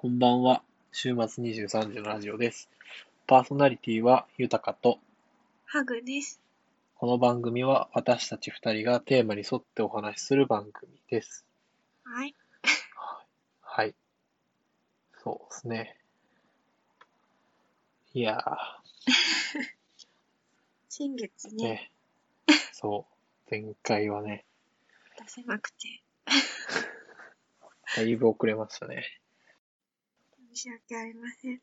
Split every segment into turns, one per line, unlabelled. こんばんは。週末23時のラジオです。パーソナリティは豊かと、
ハグです。
この番組は私たち二人がテーマに沿ってお話しする番組です。
はい。
はい。そうですね。いや
先月
ー、
ね、
ね。そう。前回はね、
出せなくて、
だいぶ遅れましたね。
申し訳ありません。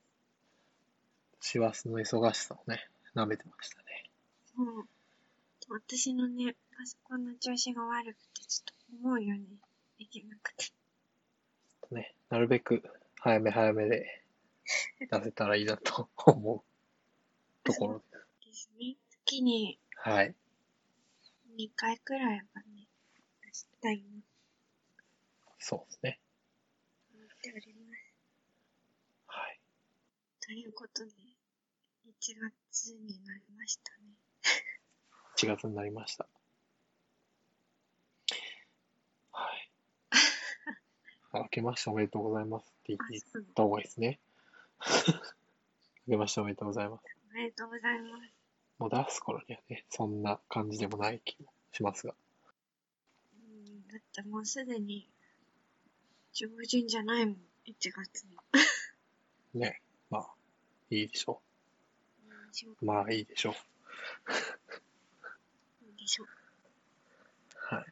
師走の忙しさをね、舐めてましたね。
もう、私のね、パソコンの調子が悪くて、ちょっと思うようにできなくて。
ね、なるべく早め早めで出せたらいいなと思うところです。
ですね。月に
はい。
2回くらいはね、出したいな
そうですね。
と思っております。
はい。
ということで、1月になりましたね。
1月になりました。はい。あ明けましておめでとうございますって言
あ、
っ
そう。
た方がいいですね。明けましておめでとうございます。
おめでとうございます。
もう出す頃にはね、そんな感じでもない気もしますが。
うん、だってもうすでに、上旬じゃないもん、1月も。
ね。まあ、いいでしょ
うん仕事
う。まあ、いいでしょう。
でしょ。
はい。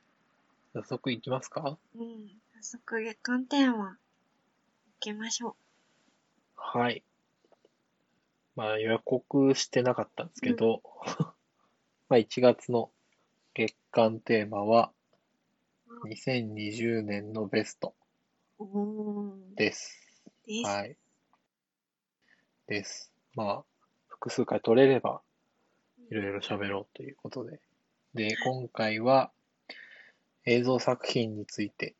早速いきますか
うん、早速月間点は受けましょう。
はい。まあ予告してなかったんですけど、 まあ1月の月間テーマは
う
2020年のベスト
おおで
です。
です。
はい。です。まあ複数回取れればいろいろ喋ろうということで。で、今回は映像作品について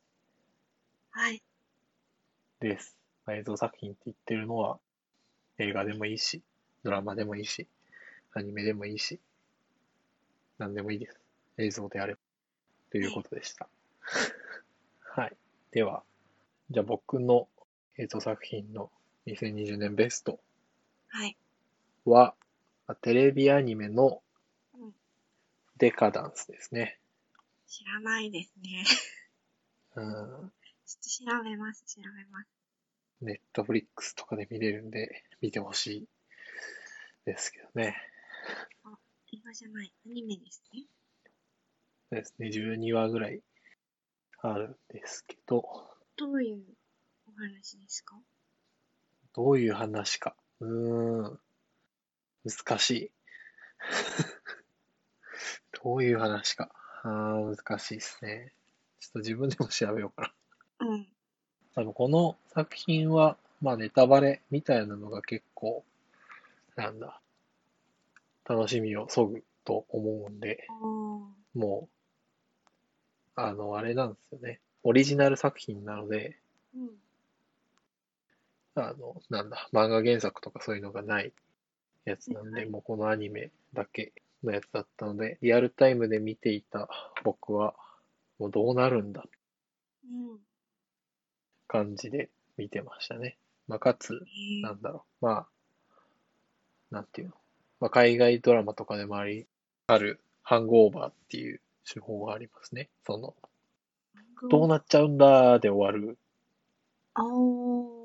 はい。
です。まあ映像作品って言ってるのは、映画でもいいし、ドラマでもいいし、アニメでもいいし、何でもいいです。映像であれば。ということでした。 はい。では、じゃあ僕の映像作品の2020年ベスト
はい。
は、まあテレビアニメの
うん
デカダンスですね。
知らないですね。
うん。
ちょっと調べます、調べます。
ネットフリックスとかで見れるんで、見てほしいですけどね。
映画じゃない、アニメですね。
そうですね、12話ぐらいあるんですけど、
どういうお話ですか
どういう話か。うーん。難しい。 どういう話か。あー難しいですね。ちょっと自分でも調べようか
うん。
な。多分この作品は、まあネタバレみたいなのが結構、なんだ、楽しみを削ぐと思うんで、
おー
もう、あの、あれなんですよね。オリジナル作品なので、
うん。
あの、なんだ、漫画原作とかそういうのがないやつなん
は
で、
い
もうこのアニメだけのやつだったので、リアルタイムで見ていた僕は、もうどうなるんだ
うん。
感じで見てましたね。まあ、かつ、
えー
なんだろう、まあ、なんていうの、まあ、海外ドラマとかでもあり、ある、ハングオーバーっていう手法がありますね。その、どうなっちゃうんだーで終わる。
おー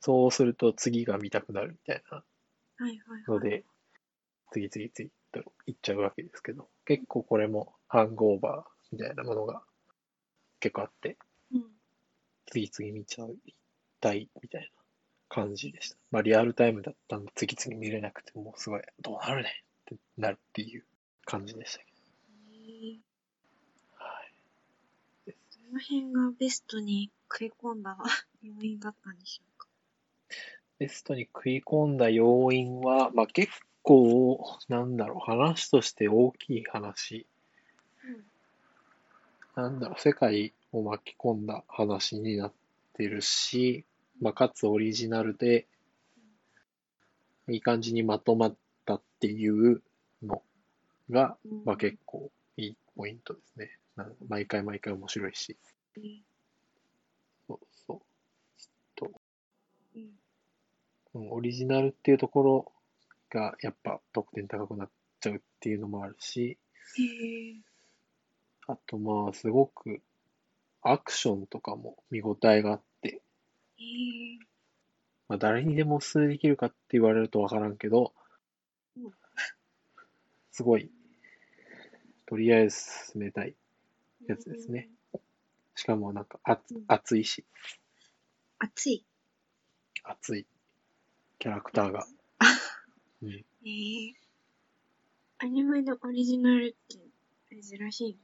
そうすると次が見たくなるみたいな
はいはいはい。
ので、次々次々と行っちゃうわけですけど、結構これもハングオーバーみたいなものが結構あって、
うん。
次々見ちゃう、一体みたいな感じでした。まあリアルタイムだったんで、次々見れなくて、もうすごい、どうなるねってなるっていう感じでしたけど。
えー
はい。
その辺がベストに食い込んだ要因だったんでしょうか。
ベストに食い込んだ要因は、まあ結構、なんだろう、話として大きい話
うん。
なんだろう、世界を巻き込んだ話になってるし、まあ、かつオリジナルで、いい感じにまとまったっていうのが、まあ、結構いいポイントですね。なん毎回毎回面白いし。
うん
そうそう。リジナルっていうところがやっぱ得点高くなっちゃうっていうのもあるし、
へえ。
あとまあすごくアクションとかも見応えがあって、
へえ。
まあ、誰にでもおすすめできるかって言われると分からんけど
うん、
すごい、とりあえず進めたい。やつですね。しかもなんか熱
うん
熱いし、
暑い。
熱いキャラクターが。うん、
ええアニメのオリジナルって珍しいね。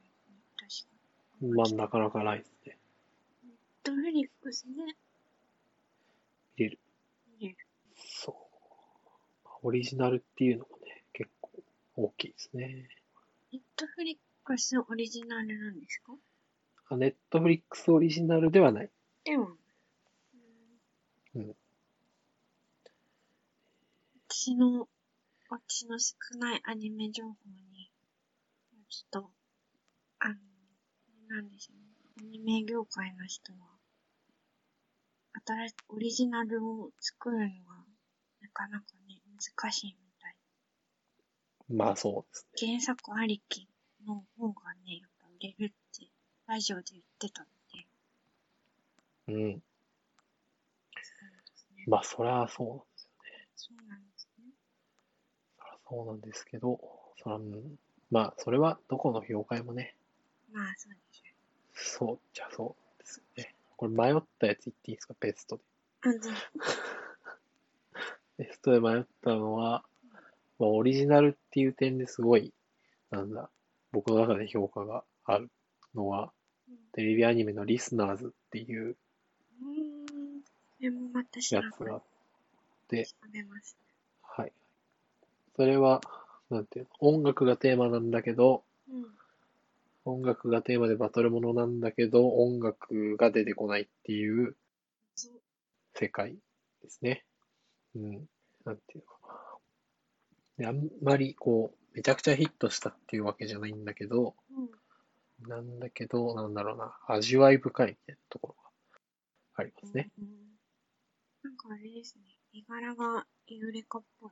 確かに。
まあなかなかないですね。
ドフリックスね。
見れる。
見れる。
そう。オリジナルっていうのもね、結構大きいですね。
ネットフリックスオリジナルなんですか
あネットフリックスオリジナルではない。
でも、
う
うんん、私の、私の少ないアニメ情報に、ちょっと、あの、なんでしょうね。アニメ業界の人は、新しいオリジナルを作るのが、なかなかね、難しいみたい。
まあそうですね。
原作ありきの方がね、やっぱ売れるって、ラジオで言ってたので、
うん。
そうですね。
まあそりゃそうなんですよね。
そうなんですね。
そりゃそうなんですけど、そら、うんまあそれはどこの業界もね、
まあ、そうですね。
そうじゃそうですよね。これ迷ったやつ言っていいですか、ベストで。
あの、
ベストで迷ったのは、まあ、オリジナルっていう点ですごい、なんだ、僕の中で評価があるのは、テレビアニメのリスナーズっていう
うん。でもまた調
や
べ
つがあっ
調
て、
べます。
はい。それは、なんていうの、音楽がテーマなんだけど、
うん。
音楽がテーマでバトルものなんだけど、音楽が出てこないっていう
そう。
世界ですね。うん。なんていうのかな。で、あんまりこう、めちゃくちゃヒットしたっていうわけじゃないんだけど、
うん。
なんだけど、なんだろうな、味わい深いみたいなところがありますね。
うん。なんかあれですね。絵柄がユーレカっぽい。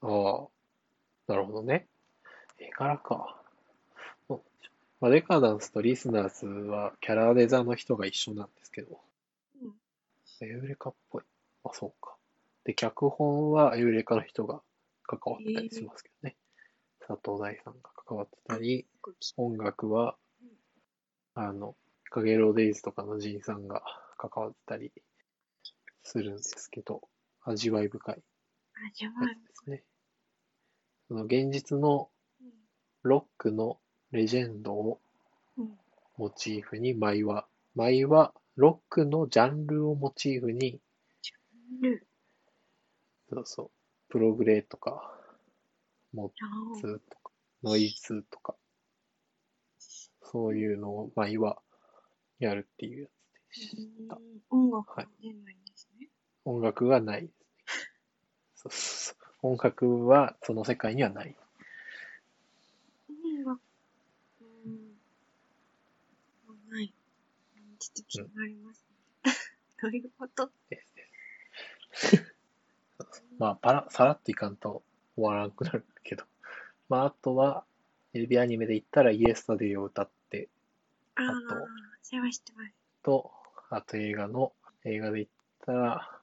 ああ、なるほどね。絵柄か。そうなんでしょうまあ、デカダンスとリスナーズはキャラデザの人が一緒なんですけど、
うん。
エウレカっぽい。あ、そうか。で、脚本はエウレカの人が関わってたりしますけどね。佐藤大さんが関わってたり、
空気。
音楽は、あの、かげろうデイズとかのジンさんが関わってたりするんですけど、味わい深い
味わ
や
い
つ。ですね。その現実のロックのレジェンドを
うん。うん。
モチーフに舞は、舞はロックのジャンルをモチーフに、
ル。
そうそう、プログレとか、モ
ラオ。
ツとか、ノイズとか、そういうのを舞はやるっていうやつでした。
音楽は出ないんですね。
音楽はないですね。そうそうそう。音楽はその世界にはない。
音楽。うん。ない。うんちょっと気になりますね。 どういうこと
ですです。まあ、パラ、さらっといかんと終わらなくなるけど。まあ、あとは、テレビアニメで言ったら、イエスタデイを歌って、
ああ
あと、
それは知ってます。
と、あと映画の、映画で言ったら、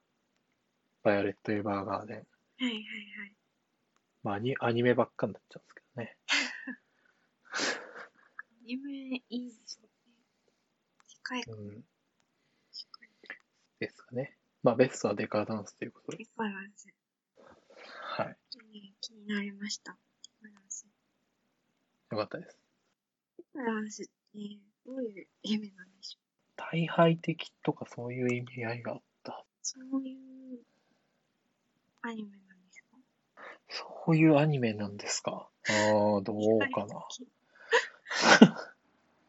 バイオレット・エヴァーガーデン。
はいはいはい。
まあ、アニアニメばっかになっちゃうんですけどね。
アニメいいですね。世界観、
うん。
世界
ですかね。まあ、ベストはデカダンスということで。
デバランス。
はい。
本当に気になりました。デバランス。
よかったです。
デバランスって、どういう意味なんでしょう
大敗的とかそういう意味合いがあった。
そういうアニメなんですか
そういうアニメなんですか。ああ、どうかな。
世界的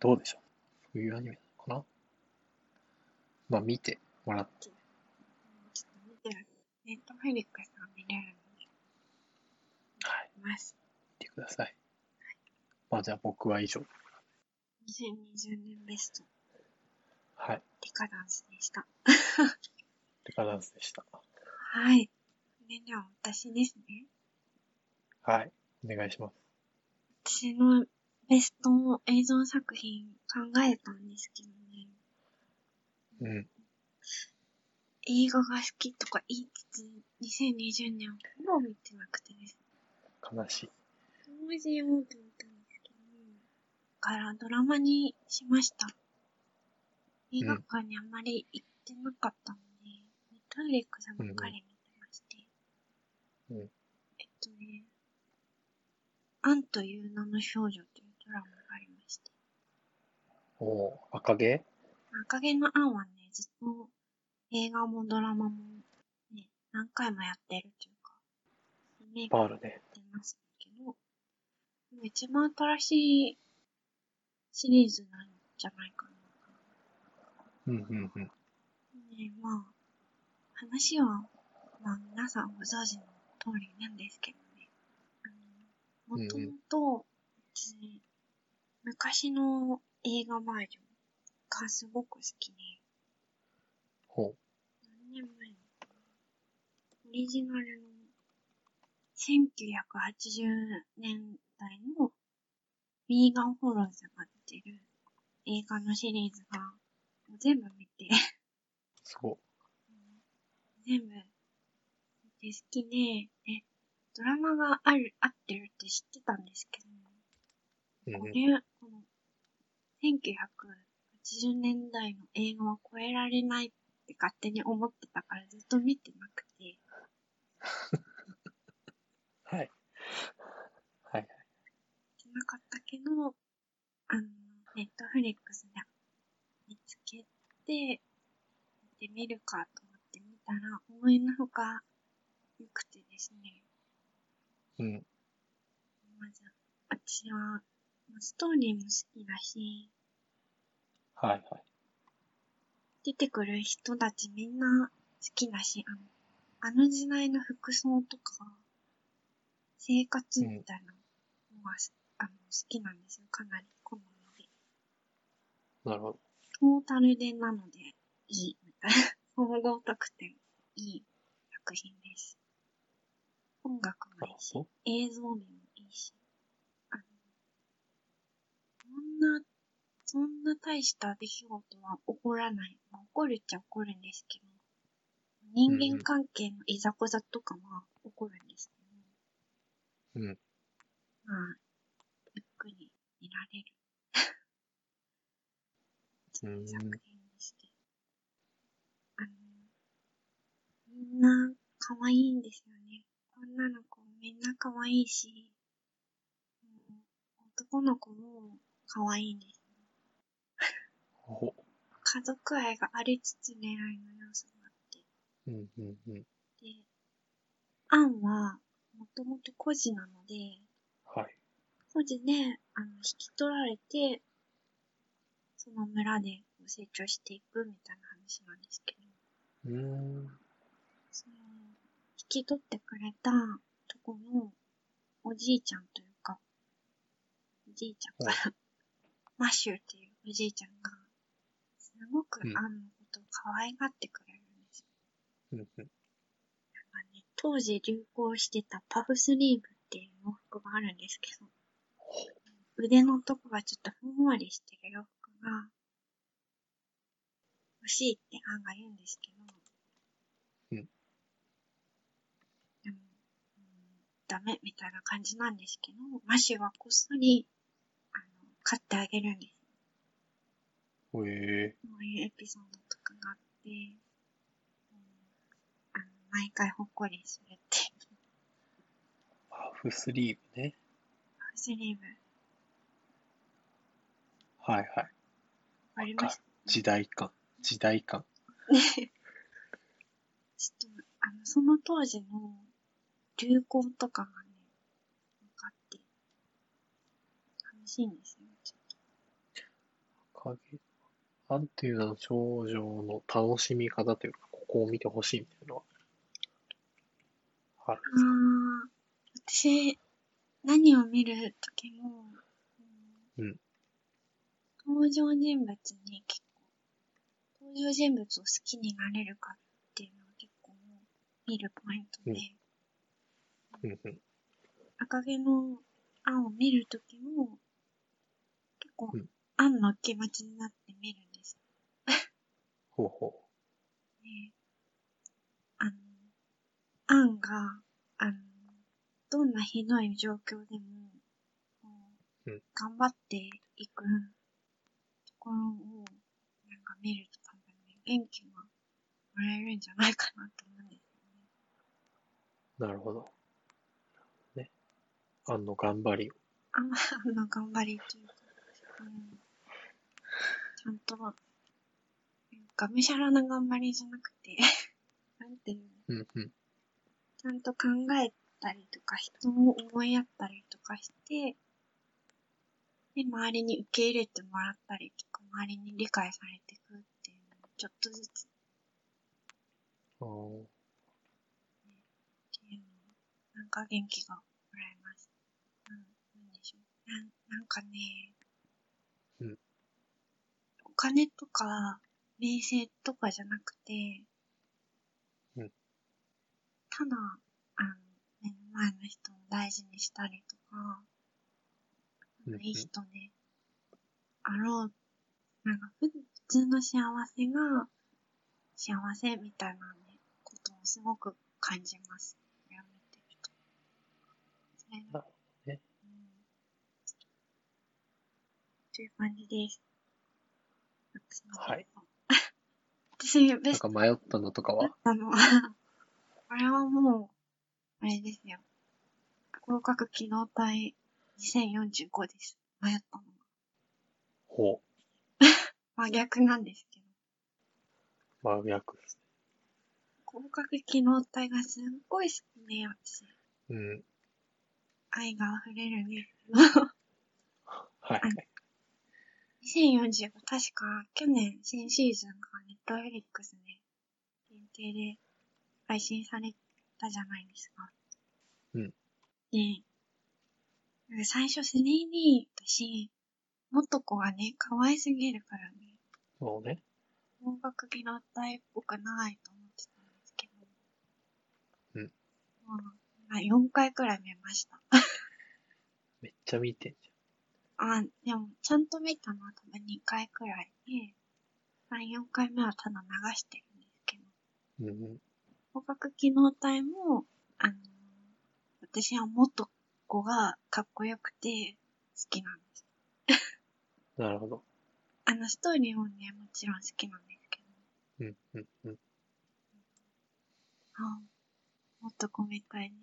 どうでしょう。そういうアニメなのかな。まあ見てもらって。
ちょっと見てる。ネットフェリックスが見れるので、
はい。
見ます。
見てください。まあじゃあ僕は以上。
2020年ベスト、
はい。
デカダンスでした。
デカダンスでした。
はい。あメでは私ですね。
はい。お願いします。
私のベスト映像作品考えたんですけど
う
ね。
ん。
映画が好きとか言いつつ、2020年をほぼ見てなくてですね
悲しい。
どうしようと思ったんですけど、だからドラマにしました。映画館にあまり行ってなかったので、ネタフリックさんばっかり見てまして。
うんうん
えっとね、アンという名の少女というドラマがありまして。
おおー、赤毛
赤毛のアンはね、ずっと映画もドラマもね、何回もやってるというか、リメイク
パールね。
ってますけど、でも一番新しいシリーズなんじゃないか
うんうんうん。
な。ね、まあ、話は、まあ皆さんご存知の通りなんですけどね。あのもともと、うち昔の映画バージョンがすごく好きで、
ほ
何年前のオリジナルの1980年代のヴィーガンホローズが出てる映画のシリーズがもう全部見て、
う、すごい。
全部見て好きで、え、ドラマがある、合ってるって知ってたんですけど、
うん
こ
う
れ
ん、
この、1980年代の映画は超えられないって勝手に思ってたからずっと見てなくて、
はい。はい。
ってなかったけど、あの、ネットフリックスで見つけて、見てみるかと思って見たら、思いのほか良くてですね、
うん。
まず、私は、まあストーリーも好きだし、
はいはい。
出てくる人たちみんな好きだし、あの、あの時代の服装とか、生活みたいなのが、あの好きなんですよ、かなり好みで。
なるほど。
トータルでなので、いい。みたいな。総合得点、いい作品です。音楽もいいし
あ、
映像面もいいし。あの、そんな、そんな大した出来事は起こらない。まあ、起こるっちゃ起こるんですけど、人間関係のいざこざとかは起こるんですけど、
うん。
まあ、ゆっくり見られる。
うーん。
作品にして。あの、みんな可愛いんですよね。女の子みんな可愛いし、うん男の子も可愛いんです。
ほ
家族愛がありつつ恋愛の要素があって。
うんうんうん。
で、アンはもともと孤児なので、
はい。
孤児で、あの、引き取られて、その村で成長していくみたいな話なんですけど、
うーん。
その、引き取ってくれたとこのおじいちゃんというか、おじいちゃんから、マッシュっていうおじいちゃんが、すごく
うん
アンのことを可愛がってくれるんですよ。
うんうん。
なんかね、当時流行してたパフスリーブっていう洋服があるんですけど、腕のとこがちょっとふんわりしてる洋服が欲しいってアンが言うんですけど、
うん
でも、うん、ダメみたいな感じなんですけど、マシュはこっそり、あの、買ってあげるんです。
ほえ
そういうエピソードとかがあって、うん、あの、毎回ほっこりするってい
ー、
う
ハーフスリーブね。
パフスリーブ。
はいはい。
わかりました。
時代感。時代感。
ちょっと、あの、その当時の流行とかがね、分かって、楽しいんですよ、ちょっ
影。なんていうの、少女の楽しみ方というか、ここを見てほしいみたいなのは。ある
と。あー、私、何を見るときも、
うん。
登場人物に結構、登場人物を好きになれるかっていうのは結構もう見るポイントで、
うんうんうん。
赤毛の案を見るときも、結構
うん、
案の気持ちになって見るんです
ほうほ
ね。あの、案が、あの、どんなひどい状況でも、こう
うん
頑張っていくところを、なんか見ると多分ね、元気がもらえるんじゃないかなと思うんですよね。
う。なるほど。ね。あんの頑張りを。
あんま、あの、頑張りというか、うん、ちゃんと、なんか、むしゃらな頑張りじゃなくて、 なんていう
う
の、
んうん。
ちゃんと考えたりとか、人を思いやったりとかして、で、周りに受け入れてもらったりとか、周りに理解されていくっていうのを、ちょっとずつっ
あー
ていうのをなんか元気がもらえます。なん、なんでしょう。なん、なんかね、
うん
お金とか、名声とかじゃなくて、
うん
ただ、あの、目の前の人を大事にしたりとか、
うんうん
いい人ね、あろう、なんか、ふ普通の幸せが幸せみたいなね、ことをすごく感じます。やめてると。それ
な
が
るほどね
うん。という感じです。私の
はい。
私、ベ
なん
スト
か迷ったのとか
だっ
は。
たのは、 これはもう、あれですよ。合格機能体2045です。迷ったのは。
ほ
真逆なんですけど。
う。真逆です
合格機能体がすっごい好きで、私。
ね。うん。
愛が溢れるね。
はいはい。
2045確か去年新シーズンがネットフリックスで限定で配信されたじゃないですか。
うん
で、なんか最初 3D だし、元子がね、可愛すぎるからね、
そうね。
音楽技能体っぽくないと思ってたんですけど。
うん。
まあ、4回くらい見ました。
めっちゃ見てんじ
あ、でも、ちゃんと見たのは多分2回くらいで、3、4回目はただ流してるんですけど、
ゃん。うんうん。
捕獲機能体も、あのー私は元子がかっこよくて好きなんです。
なるほど。
あの、ストーリーもね、もちろん好きなんですけど、
うんうんうん。
あ元子みたいに、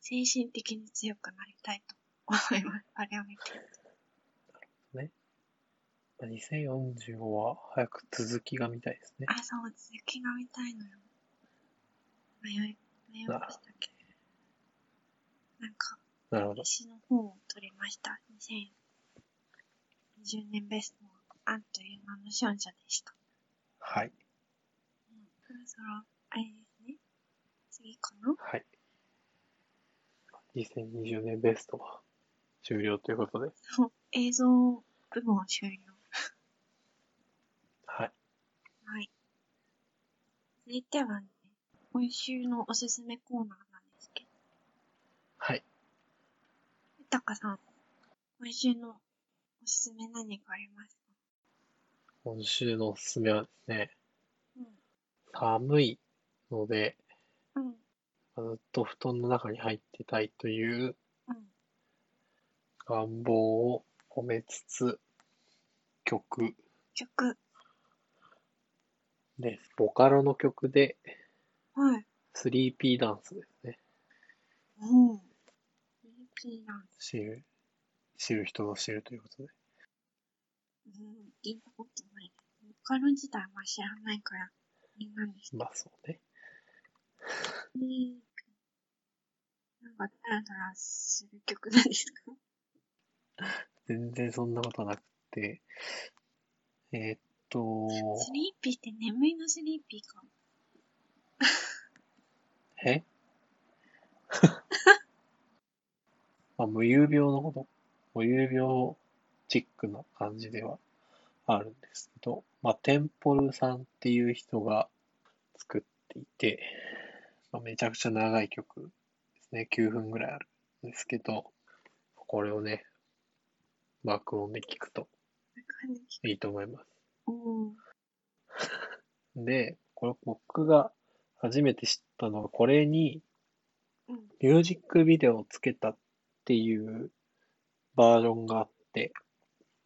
精神的に強くなりたいと思います。あれを見て。
2045は早く続きが見たいですね。
あ、そう、続きが見たいのよ。迷い、迷いましたけど。なんか、
なるほど。
私の本を取りました。2020年ベストは、あんという名の少女でした。
はい。
うん、そろそろ、あれですね。次かな
はい。2020年ベストは終了ということで。
そう、映像部門終了。
はい。
はい。続いてはね、今週のおすすめコーナーなんですけど、
はい。
豊かさん、今週のおすすめ何かありますか
今週のおすすめはですね、
うん。
寒いので、
うん。
ずっと布団の中に入ってたいという
うん。
願望を込めつつ、曲
曲。
です。ボカロの曲で、
はい。
3P ダンスですね。
おう。EP なんです。
知る、知る人ぞ知るということで。
うん。聞いたことない。ボカロ自体は知らないから、みんなんです
まあそうね。
ね。なんか、ダラダラする曲なんですか
全然そんなことなくて、えーっと、
スリーピーって眠いのスリーピーか。
え まあ、無遊病のこと、無遊病チックな感じではあるんですけど、まあ、テンポルさんっていう人が作っていて、まあ、めちゃくちゃ長い曲ですね、9分ぐらいあるんですけど、これをね、爆音で聞くと
なんかね
いいと思います。
うん。
で、これ僕が初めて知ったのは、これに
うん。
ミュージックビデオをつけたっていうバージョンがあって、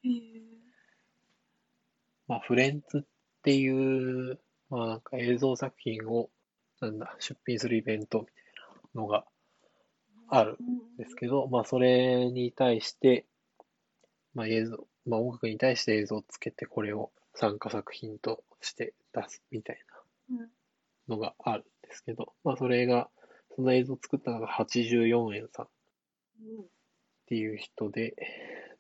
へえ。
まあ、フレンズっていう、まあなんか映像作品を、なんだ、出品するイベントみたいなのがある
うん。
ですけど、まあ、それに対して、まあ、映像、まあ、音楽に対して映像をつけて、これを参加作品として出すみたい
うん。
なのがあるんですけど、まあ、それが、その映像を作ったのが84円さんっ
うん。
ていう人で、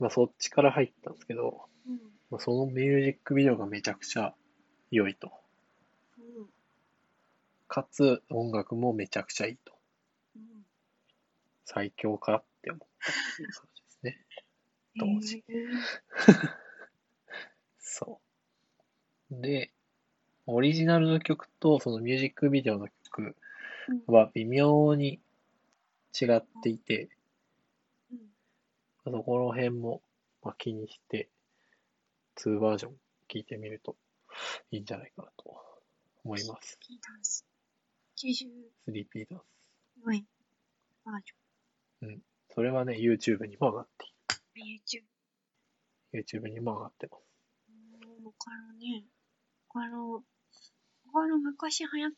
まあ、そっちから入ったんですけど、
うん。
まあ、そのミュージックビデオがめちゃくちゃ良いと。
うん。
かつ、音楽もめちゃくちゃいいと。
うん。
最強かって思ったっていう感じですね。当時
へえ。
そう。で、オリジナルの曲とそのミュージックビデオの曲
うん。
は微妙に違っていて、
うん。
そこら辺もまあ気にして、2バージョン聴いてみるといいんじゃないかなと思います。
ピーダンス。94
3P ダンス。
円。バージ
それはね、YouTube にも上がっ
ョン。YouTube。
ている、YouTube にも上がってます。
うん。ボカロね。ボカロ、ボカロ昔流行っ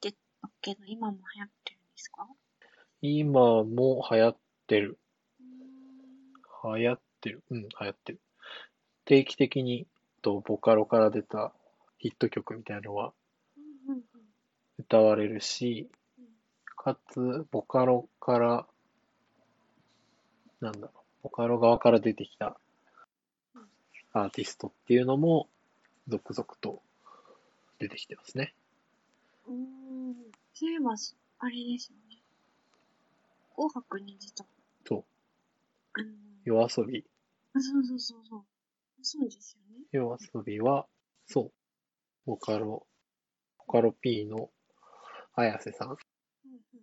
てたけど、今も流行ってるんですか
今も流行ってる。
うん。
流行ってる。うん、流行ってる。定期的に、とボカロから出たヒット曲みたいなのは
うん。うん。
歌われるし、
うん。
かつ、ボカロから、なんだろう、ボカロ側から出てきた
うん
アーティストっていうのも、続々と出てきてますね。
うーん。そういえば、そあれですよね。紅白に出た。
そう。
あの、
夜遊び。
あそうそうそうそう。そうですよね。
夜遊びは、そう、ボカロ、ボカロ P の綾瀬さん
うんうん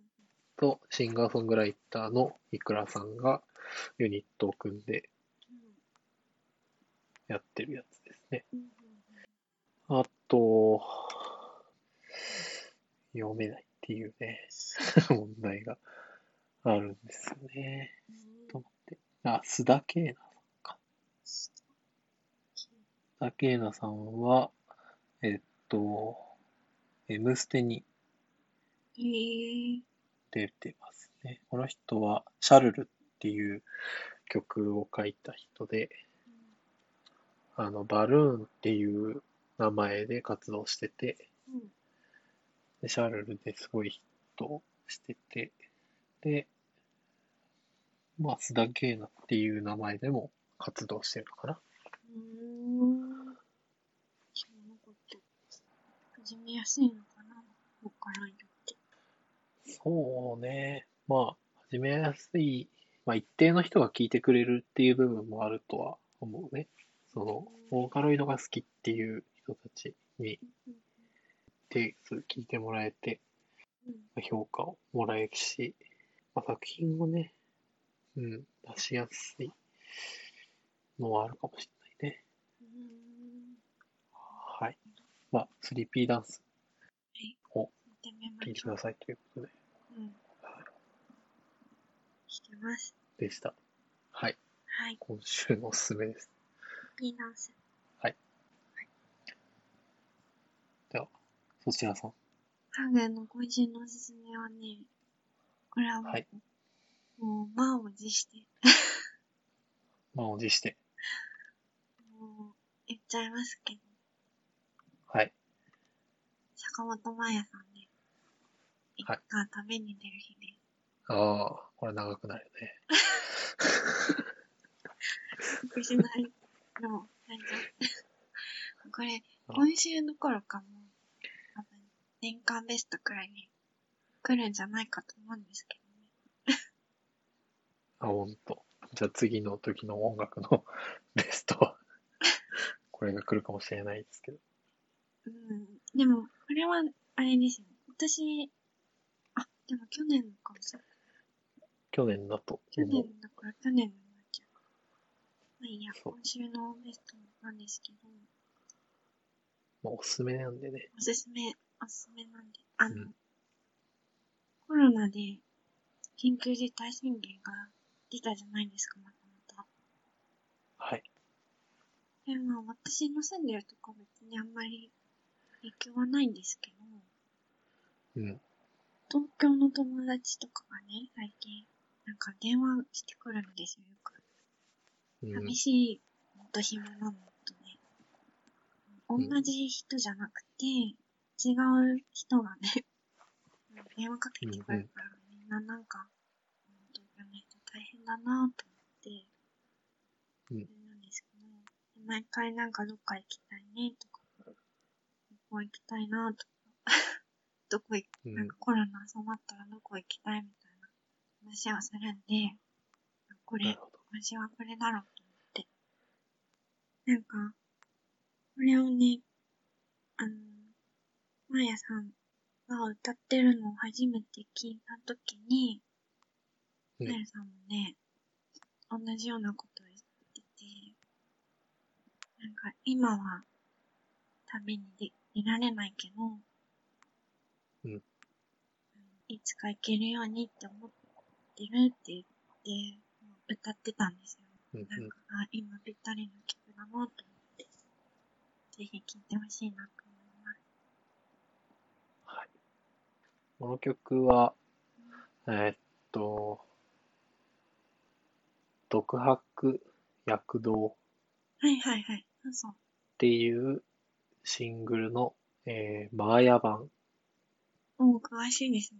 とシンガーソングライターのいくらさんがユニットを組んでやってるやつですね。
うん。うんうん
あと、読めないっていうね、 問題があるんですよね。
うん。
と思って。あ、須田慶奈さんか。須田慶奈さんは、えっと、M ステに
へえ。
出てますね。この人は、シャルルっていう曲を書いた人で、あの、バルーンっていう名前で活動してて、
うん。
で、シャルルですごいヒットしてて、で、まあ、須田慶奈っていう名前でも活動してるのかな。
うん。うーん。知らなかった。始めやすいのかなわからんよって。
そうね。まあ、始めやすい、まあ、一定の人が聞いてくれるっていう部分もあるとは思うね。その、ボーカロイドが好きっていう人たちに
うん
定数聞いてもらえて、
うん。
評価をもらえるし、まあ、作品をね、うん、出しやすいのはあるかもしれないね。
うん。
はい。まあ、3P ダンス
見てみま
聞いて
しょ
く
う。
ださいということで、
うん。
は
してます。
いでした。はい。
はい。
今週のおすすめです。
ピーナンス。
そちらさん。
ハグの今週のおすすめはね、これはもう、
はい
もう満を持して、
満を持して。
もう言っちゃいますけど、
はい。
坂本真綾さんね、いつ
はい
か旅に出る日で、
ああ、これ長くなるよね。
福島の、なんか、 これ、今週の頃かも、多分、年間ベストくらいに来るんじゃないかと思うんですけどね。
あ、ほんと。じゃあ次の時の音楽の ベストは、これが来るかもしれないですけど。
うん。でも、これは、あれですよ。私、あ、でも去年のかもしれない。
去年だと
去
思
年
う。
だから去年になっちゃう。まあいいや、
そう
今週のベストなんですけど、
まあ、おすすめなんでね。
おすすめ、おすすめなんで、あの、
うん
コロナで緊急事態宣言が出たじゃないですか、またまた。
はい。
でも私の住んでるとこ別にあんまり影響はないんですけど、
うん。
東京の友達とかがね、最近、なんか電話してくるんですよ、よく。
うん
寂。しいのと暇なのとね。同
ん
じ人じゃなくて、違う人がね、電話かけてくるから、みんななんか、東京の人大変だなと思って、
うん
なんですけど、毎回なんかどっか行きたいねとか、旅行行きたいなとか、 どこ行く
う
なん
ん
か。コロナ収まったらどこ行きたいみたいな話をするんで、こ
な
れ
る、ほど。
今週はこれだろうと思って。なんか、これをね、あの、まやさんが歌ってるのを初めて聞いたときに、
うん
まやさんもね、同じようなことを言ってて、なんか今は旅にで出られないけど、
うん
いつか行けるようにって思ってるって言って、歌ってたんですよ。
うん
なんか、あ今ぴったりの曲だなと思って、ぜひ聴いてほしいなと思います。
はい。この曲は、えーっと、独白躍動
はいはいはい。そうそう。
っていうシングルの、えー、マーヤ版
もう詳しいです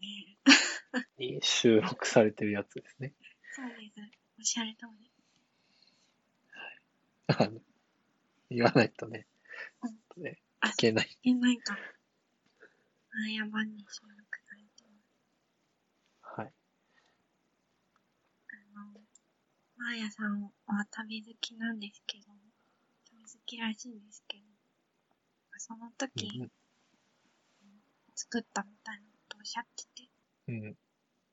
ね。
に収録されてるやつですね。
そうです。おっしゃる通り。
あの言わないとね、
う
ち
ん
ょっとね、
あ
聞けない。
いけないかも。マーヤ版に収録されてます。
はい。
あの、マーヤさんは旅好きなんですけど、旅好きらしいんですけど、その
う
時
ん
作ったみたいなことをおっしゃってて、
うん。うん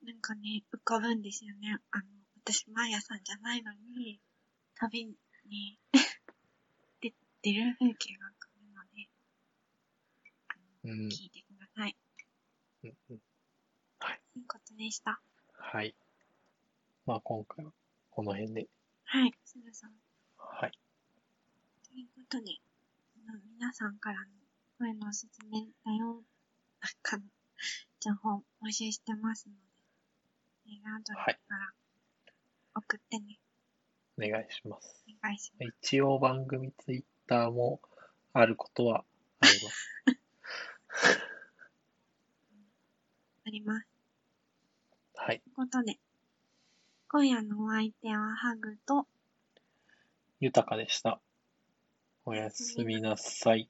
なんかね、浮かぶんですよね。あの、私、マーヤさんじゃないのに、旅に 出てる風景が浮かぶので、
うん。
聞いてください。
うんうん。
いいことでした。
はい。まあ今回はこの辺で。
はい、すずさん。
はい。
ということで、あの皆さんからの声のおすすめだよ、なんかの情報を募集してますので、メールアドレスから送ってね、
お願いします。
お願いします。
一応番組ツイッターもあることはあります。
あります。
はい。
ということで、今夜のお相手はハグと、
豊かでした。おやすみなさい。